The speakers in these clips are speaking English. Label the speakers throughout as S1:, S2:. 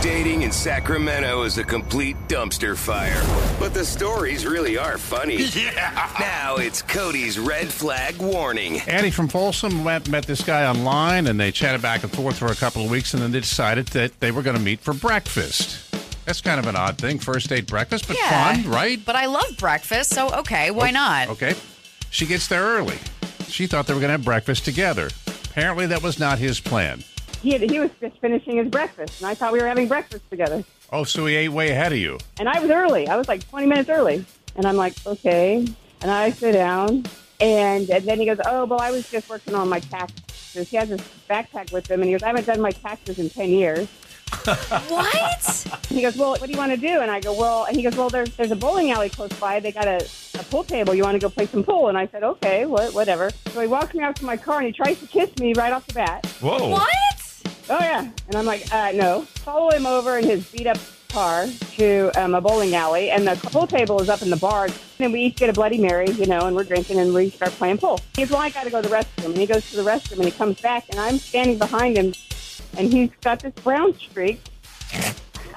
S1: Dating in Sacramento is a complete dumpster fire, but the stories really are funny. Yeah. Now it's Cody's red flag warning.
S2: Annie from Folsom met, met this guy online, and they chatted back and forth for a couple of weeks, and then they decided that they were going to meet for breakfast. That's kind of an odd thing, first date breakfast, but
S3: Yeah.
S2: fun, right? Oh,
S3: But I love breakfast, so okay, why not?
S2: Okay. She gets there early. She thought they were going to have breakfast together. Apparently, that was not his plan.
S4: He, had, he was just finishing his breakfast, and I thought we were having breakfast together.
S2: Oh, so he ate way ahead of you.
S4: And I was early. I was like 20 minutes early. And I'm like, okay. And I sit down. And, and then he goes, oh, well, I was just working on my taxes. He has his backpack with him. And he goes, I haven't done my taxes in 10 years.
S3: What?
S4: And he goes, well, what do you want to do? And I go, well, and he goes, well, there's, there's a bowling alley close by. They got a, a pool table. You want to go play some pool? And I said, okay, what, whatever. So he walks me out to my car and he tries to kiss me right off the bat.
S5: Whoa.
S3: What?
S4: Oh yeah, and I'm like, uh, no. Follow him over in his beat up car to um, a bowling alley, and the pool table is up in the bar. And we each get a Bloody Mary, you know, and we're drinking, and we start playing pool. He goes, well, I got to go to the restroom, and he goes to the restroom, and he comes back, and I'm standing behind him, and he's got this brown streak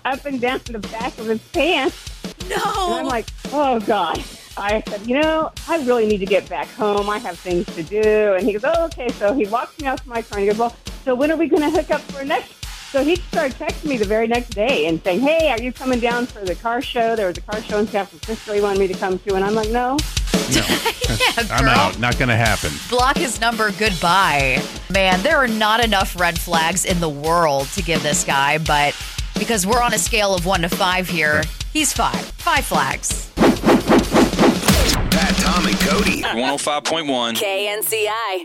S4: up and down the back of his pants, and I'm
S3: No.
S4: like, oh god. I said, you know, I really need to get back home. I have things to do. And he goes, oh, okay. So he walks me out to my car and he goes, well, so when are we going to hook up for next? So he started texting me the very next day and saying, hey, are you coming down for the car show? There was a car show in San Francisco he wanted me to come to. And I'm like, no.
S3: yeah, girl.
S2: I'm out. Not going to happen.
S3: Block his number. Goodbye. Man, there are not enough red flags in the world to give this guy, but because we're on a scale of one to five here, he's five. Five flags.
S1: Pat, Tom, and Cody.
S6: 105.1.
S7: KNCI.